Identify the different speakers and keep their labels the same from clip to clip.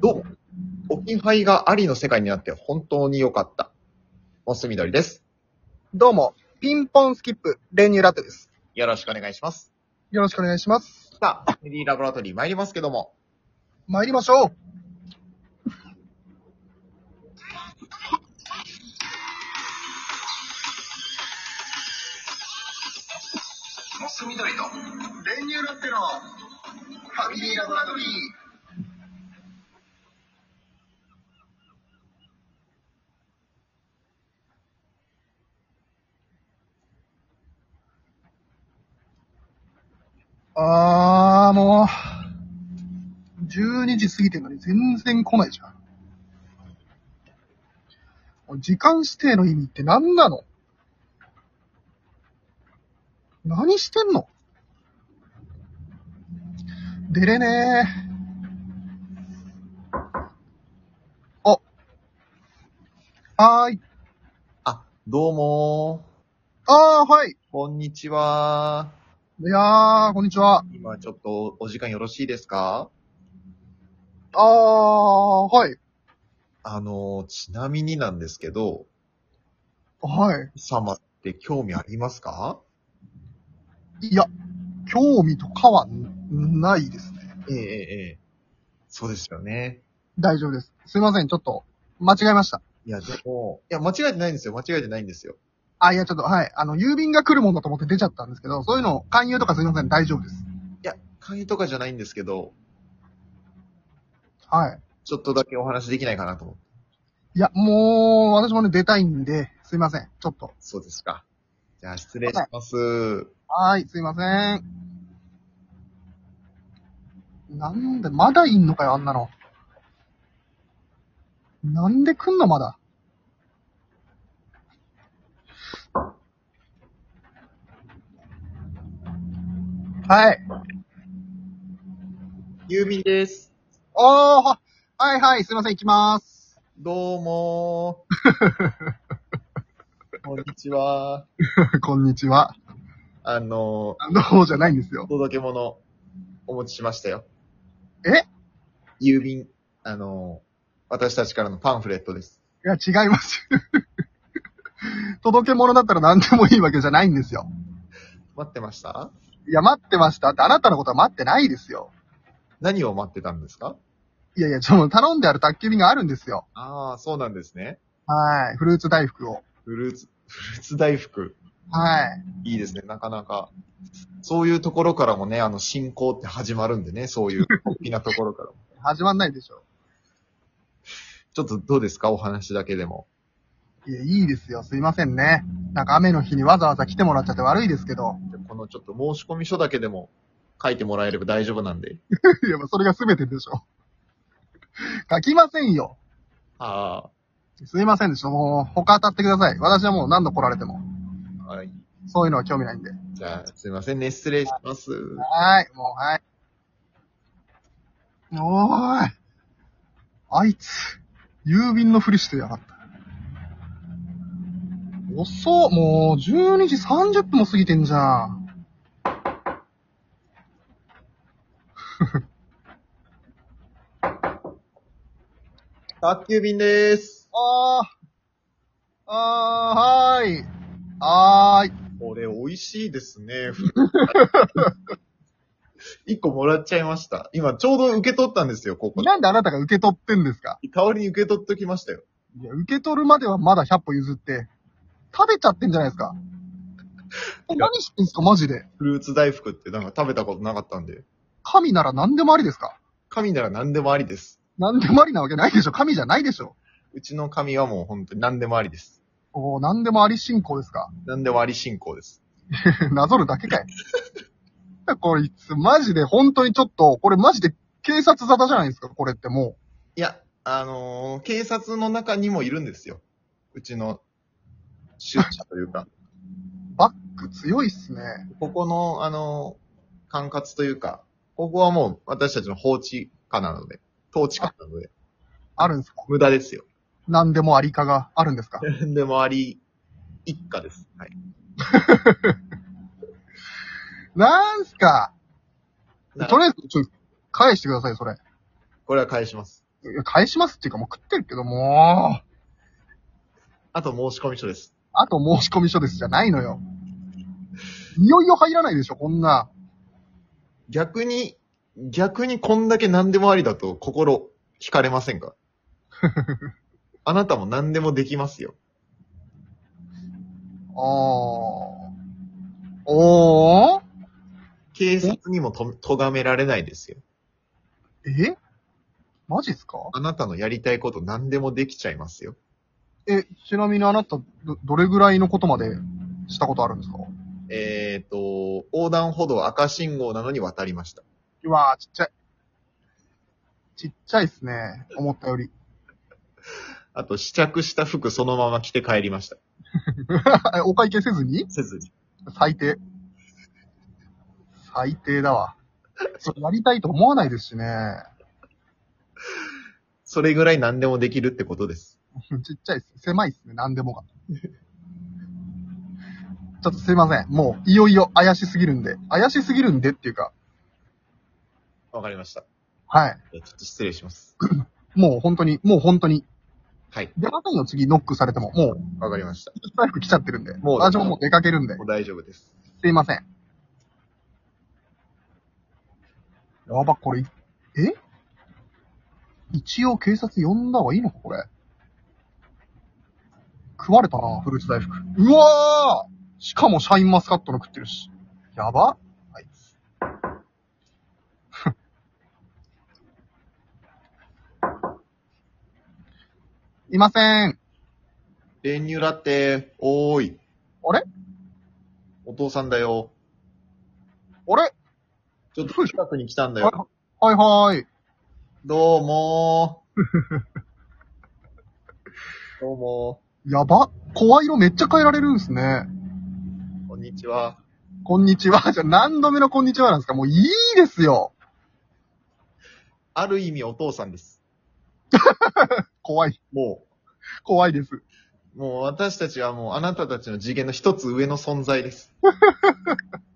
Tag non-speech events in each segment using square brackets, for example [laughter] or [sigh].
Speaker 1: どうも。置き配がありの世界になって本当に良かった。モスみどりです。
Speaker 2: どうも、ピンポンスキップ、練乳ラテです。
Speaker 1: よろしくお願いします。
Speaker 2: よろしくお願いします。
Speaker 1: さあ、フェリーラボラトリー参りますけども。
Speaker 2: 参りましょう
Speaker 3: モス緑の練乳ラテのファミリーラボラトリー。
Speaker 2: あー、もう、12時過ぎてんのに全然来ないじゃん。もう時間指定の意味って何なの何してんの出れねー。あ、はーい。
Speaker 1: あ、どうも
Speaker 2: あー、はい。
Speaker 1: ー。こんにちは。
Speaker 2: いやー、こんにちは。
Speaker 1: 今ちょっとお時間よろしいですか
Speaker 2: あー、はい。
Speaker 1: あの、ちなみになんですけど、
Speaker 2: は
Speaker 1: 様って興味ありますか
Speaker 2: い。いや、興味とかはんないですね。
Speaker 1: ええええええ。そうですよね。
Speaker 2: 大丈夫です。すいません、ちょっと、間違えました。
Speaker 1: いや、でも、いや、間違えてないんですよ。間違えてないんですよ。
Speaker 2: あ、いや、ちょっと、はい。あの、郵便が来るもんだと思って出ちゃったんですけど、そういうの、勧誘とかすいません、大丈夫です。
Speaker 1: いや、会とかじゃないんですけど、
Speaker 2: はい。
Speaker 1: ちょっとだけお話できないかなと思って。
Speaker 2: いや、もう、私もね、出たいんで、すいません、ちょっと。
Speaker 1: そうですか。じゃあ、失礼します。
Speaker 2: はーい、すいません。なんで、まだいんのかよ、あんなの。なんで来んの、まだ。はい。
Speaker 1: 郵便です。
Speaker 2: おー、ははいはい、すいません、行きます。
Speaker 1: どうも [laughs] ー。こんにちは。
Speaker 2: [laughs] こんにちは。
Speaker 1: あの
Speaker 2: どうじゃないんですよ
Speaker 1: ー、。届け物、お持ちしましたよ。
Speaker 2: え
Speaker 1: 郵便、あのー、私たちからのパンフレットです。
Speaker 2: いや、違います。 [laughs] 届け物だったら何でもいいわけじゃないんですよ。
Speaker 1: 待ってました
Speaker 2: いや、待ってましたって、あなたのことは待ってないですよ。
Speaker 1: 何を待ってたんですか
Speaker 2: いやいや、ちょ、っと頼んである宅急便があるんですよ。
Speaker 1: ああ、そうなんですね。
Speaker 2: はい。フルーツ大福を。
Speaker 1: フルーツ、フルーツ大福。
Speaker 2: はい。
Speaker 1: いいですね、なかなか。そういうところからもね、あの、進行って始まるんでね、そういう大きなところからも。
Speaker 2: 始まんないでしょ。
Speaker 1: ちょっとどうですかお話だけでも。
Speaker 2: いや、いいですよ。すいませんね。なんか雨の日にわざわざ来てもらっちゃって悪いですけど。 [laughs]
Speaker 1: このちょっと申し込み書だけでも書いてもらえれば大丈夫なんで。
Speaker 2: いや、まあそれが全てでしょ。書きませんよ。
Speaker 1: あ
Speaker 2: すいませんでしょ。もう、他当たってください。私はもう何度来られても。
Speaker 1: あ、はい。
Speaker 2: そういうのは興味ないんで。
Speaker 1: じゃあ、すいませんね、失礼します。
Speaker 2: はい、もう、はい。おーい。あいつ、郵便のふりしてやがった。遅っ、もう、12時30分も過ぎてんじゃん。
Speaker 1: 宅急便でーす。
Speaker 2: あー。あー、はーい。あーい。
Speaker 1: これ美味しいですね。 [laughs] 一個もらっちゃいました。今ちょうど受け取ったんですよ、ここで。
Speaker 2: なんであなたが受け取ってんですか
Speaker 1: 代わりに受け取っときましたよ。
Speaker 2: いや、受け取るまではまだ100歩譲って。食べちゃってんじゃないですか。え何してんすか、マジで。
Speaker 1: フルーツ大福ってなんか食べたことなかったんで。
Speaker 2: 神なら何でもありですか
Speaker 1: 神なら何でもありです。
Speaker 2: 何でもありなわけないでしょ。神じゃないでしょ。
Speaker 1: うちの神はもう本当に何でもありです。
Speaker 2: おー何でもあり信仰ですか [laughs]
Speaker 1: 何でもあり信仰です。
Speaker 2: なぞるだけかい。 [laughs] こいつ、マジで、本当にちょっと、これマジで警察沙汰じゃないですか、これっても
Speaker 1: いや、あのー警察の中にもいるんですよ。うちの出社というか、
Speaker 2: う。バック強いっすね。
Speaker 1: ここの、あのー管轄というか、ここはもう私たちの法治下なので、統治下なので、
Speaker 2: あるんですか
Speaker 1: 無駄ですよ。 [laughs]
Speaker 2: 何でもありかがあるんですか
Speaker 1: 何でもあり、一家です。はい。
Speaker 2: なんすか
Speaker 1: なら
Speaker 2: とりあえず、ちょ、返してください、それ。
Speaker 1: これは返します。
Speaker 2: いや返しますっていうかもう食ってるけど、もう。
Speaker 1: あと申し込み書です。
Speaker 2: あと申し込み書ですじゃないのよ。いよいよ入らないでしょ、こんな。
Speaker 1: 逆に、逆にこんだけ何でもありだと心惹かれませんかあなたも何でもできますよ。
Speaker 2: あー。おー
Speaker 1: 警察にもと、とがめられないですよ。
Speaker 2: えマジっすか
Speaker 1: あなたのやりたいこと何でもできちゃいますよ。
Speaker 2: え、ちなみにあなた、ど、どれぐらいのことまでしたことあるんですか
Speaker 1: えっ、と、横断歩道赤信号なのに渡りました。
Speaker 2: うわー、ちっちゃい。ちっちゃいっすね。思ったより。 [laughs]
Speaker 1: あと試着した服そのまま着て帰りました。
Speaker 2: えお会計せずに
Speaker 1: せずに。
Speaker 2: 最低。最低だわ。それやりたいと思わないですしね。
Speaker 1: それぐらい何でもできるってことです。
Speaker 2: ちっちゃいっす。狭いっすね。何でもが。ちょっとすいません。もう、いよいよ怪しすぎるんで。怪しすぎるんでっていうか、
Speaker 1: わかりました。
Speaker 2: はい。
Speaker 1: じゃあちょっと失礼します。
Speaker 2: もう本当に、もう本当に。
Speaker 1: はい。
Speaker 2: 出ませんよ、次ノックされても。もう、
Speaker 1: わかりました。
Speaker 2: 大服来ちゃってるんで。
Speaker 1: もう
Speaker 2: 私ももう出かけるんで
Speaker 1: も。う大丈夫です。
Speaker 2: すいません。やば、これ、え一応警察呼んだ方がいいのか、これ。食われたな、フルーツ大福。うわーしかもシャインマスカットの食ってるし。やばあいつ。ふっいません。
Speaker 1: 練乳ラテ、おーい。
Speaker 2: あれ
Speaker 1: お父さんだよ。
Speaker 2: あれ
Speaker 1: ちょっと近くに来たんだ
Speaker 2: はい
Speaker 1: よ。
Speaker 2: はいはい。
Speaker 1: どうもー。 [laughs] どうも
Speaker 2: やば。声色めっちゃ変えられるんすね。
Speaker 1: ー。こんにちは。
Speaker 2: こんにちは。じゃ [laughs] あ何度目のこんにちはなんですかもういいですよ。
Speaker 1: ある意味お父さんです。
Speaker 2: 怖い。
Speaker 1: も
Speaker 2: 怖いです。
Speaker 1: う、もう私たちはもうあなたたちの次元の一つ上の存在
Speaker 2: [laughs]
Speaker 1: です。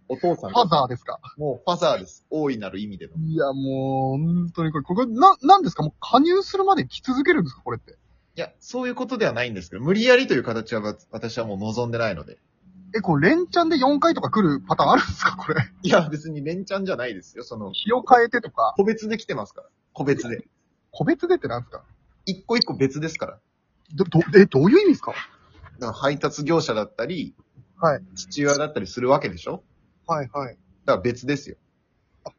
Speaker 1: お父さんです
Speaker 2: ファザーですか
Speaker 1: もうファザーです。大いなる意味での。
Speaker 2: いや、もう、本当にこれ、これ、な、なんですかもう加入するまで来続けるんですかこれって。
Speaker 1: いや、そういうことではないんですけど、無理やりという形は私はもう望んでないので。
Speaker 2: え、これ、連チャンで4回とか来るパターンあるんですかこれ。
Speaker 1: いや、別に連チャンじゃないですよ。その、
Speaker 2: 日を変えてとか、
Speaker 1: 個別で来てますから。個別で。
Speaker 2: 個別でってなんですか
Speaker 1: 一個一個別ですから。
Speaker 2: ど、ど、え、どういう意味ですか
Speaker 1: だから配達業者だったり、
Speaker 2: はい。
Speaker 1: 父親だったりするわけでしょ
Speaker 2: はいはい。
Speaker 1: だから別ですよ。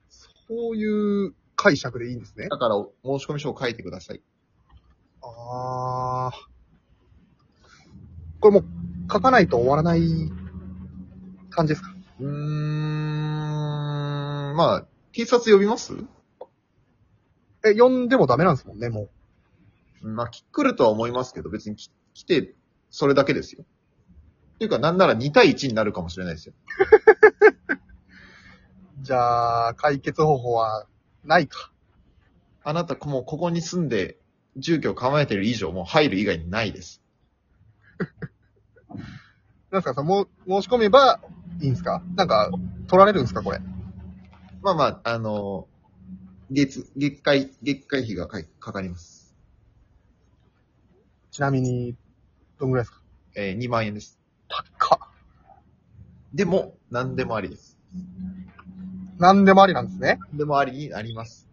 Speaker 2: そういう解釈でいいんですね。
Speaker 1: だから、申し込み書を書いてください。
Speaker 2: あー。これもう、書かないと終わらない感じですか
Speaker 1: うーん、まあ、警察呼びます
Speaker 2: え、呼んでもダメなんですもんね、もう。
Speaker 1: まあ、き来るとは思いますけど、別にき来て、それだけですよ。っていうか、なんなら2対1になるかもしれないですよ。
Speaker 2: じゃあ、解決方法はないか。
Speaker 1: あなた、もうここに住んで、住居を構えてる以上、もう入る以外にないです。
Speaker 2: なんすか、その、申し込めばいいんすかなんか、取られるんすか、これ。
Speaker 1: まあまあ、あの、月、月会、月会費がかいかかります。
Speaker 2: ちなみに、どんぐらいですか
Speaker 1: えー2万円です。
Speaker 2: 高っ。
Speaker 1: でも、何でもありです。
Speaker 2: なんでもありなんですね。
Speaker 1: 何でもありになります。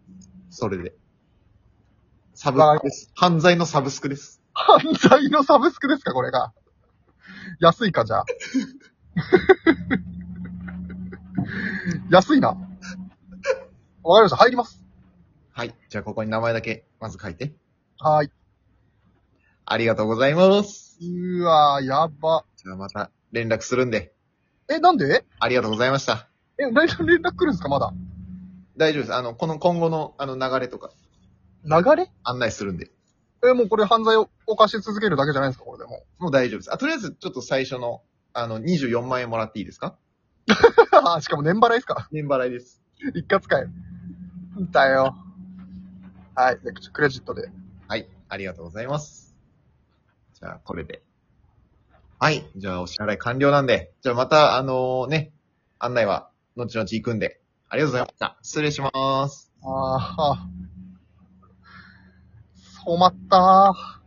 Speaker 1: それで。サブスクです。犯罪のサブスクです。
Speaker 2: 犯罪のサブスクですか、これが。安いか、じゃあ。 [laughs] 安いな。わかりました、入ります。
Speaker 1: はい。じゃあ、ここに名前だけ、まず書いて。
Speaker 2: はーい。
Speaker 1: ありがとうございます。
Speaker 2: うわー、やば。
Speaker 1: じゃあ、また連絡するんで。
Speaker 2: え、なんで
Speaker 1: ありがとうございました。
Speaker 2: え、連絡来るんすか、まだ。
Speaker 1: 大丈夫です。あの、この今後の、あの、流れとか、
Speaker 2: 流れ
Speaker 1: 案内するんで。
Speaker 2: え、もうこれ犯罪を犯し続けるだけじゃないですか、これでもう。 [laughs]
Speaker 1: もう大丈夫です。あ、とりあえず、ちょっと最初の、あの、24万円もらっていいですか
Speaker 2: あーしかも年払いですか [laughs]
Speaker 1: 年払いです。
Speaker 2: 一括買い。んだよ。はい。じゃあクレジットで。
Speaker 1: はい。ありがとうございます。じゃあ、これで。はい。じゃあ、お支払い完了なんで。じゃあ、また、あのね、案内は、後々行くん
Speaker 2: [laughs]
Speaker 1: で。ありがとうございました。失礼します。
Speaker 2: あーあー。困ったー。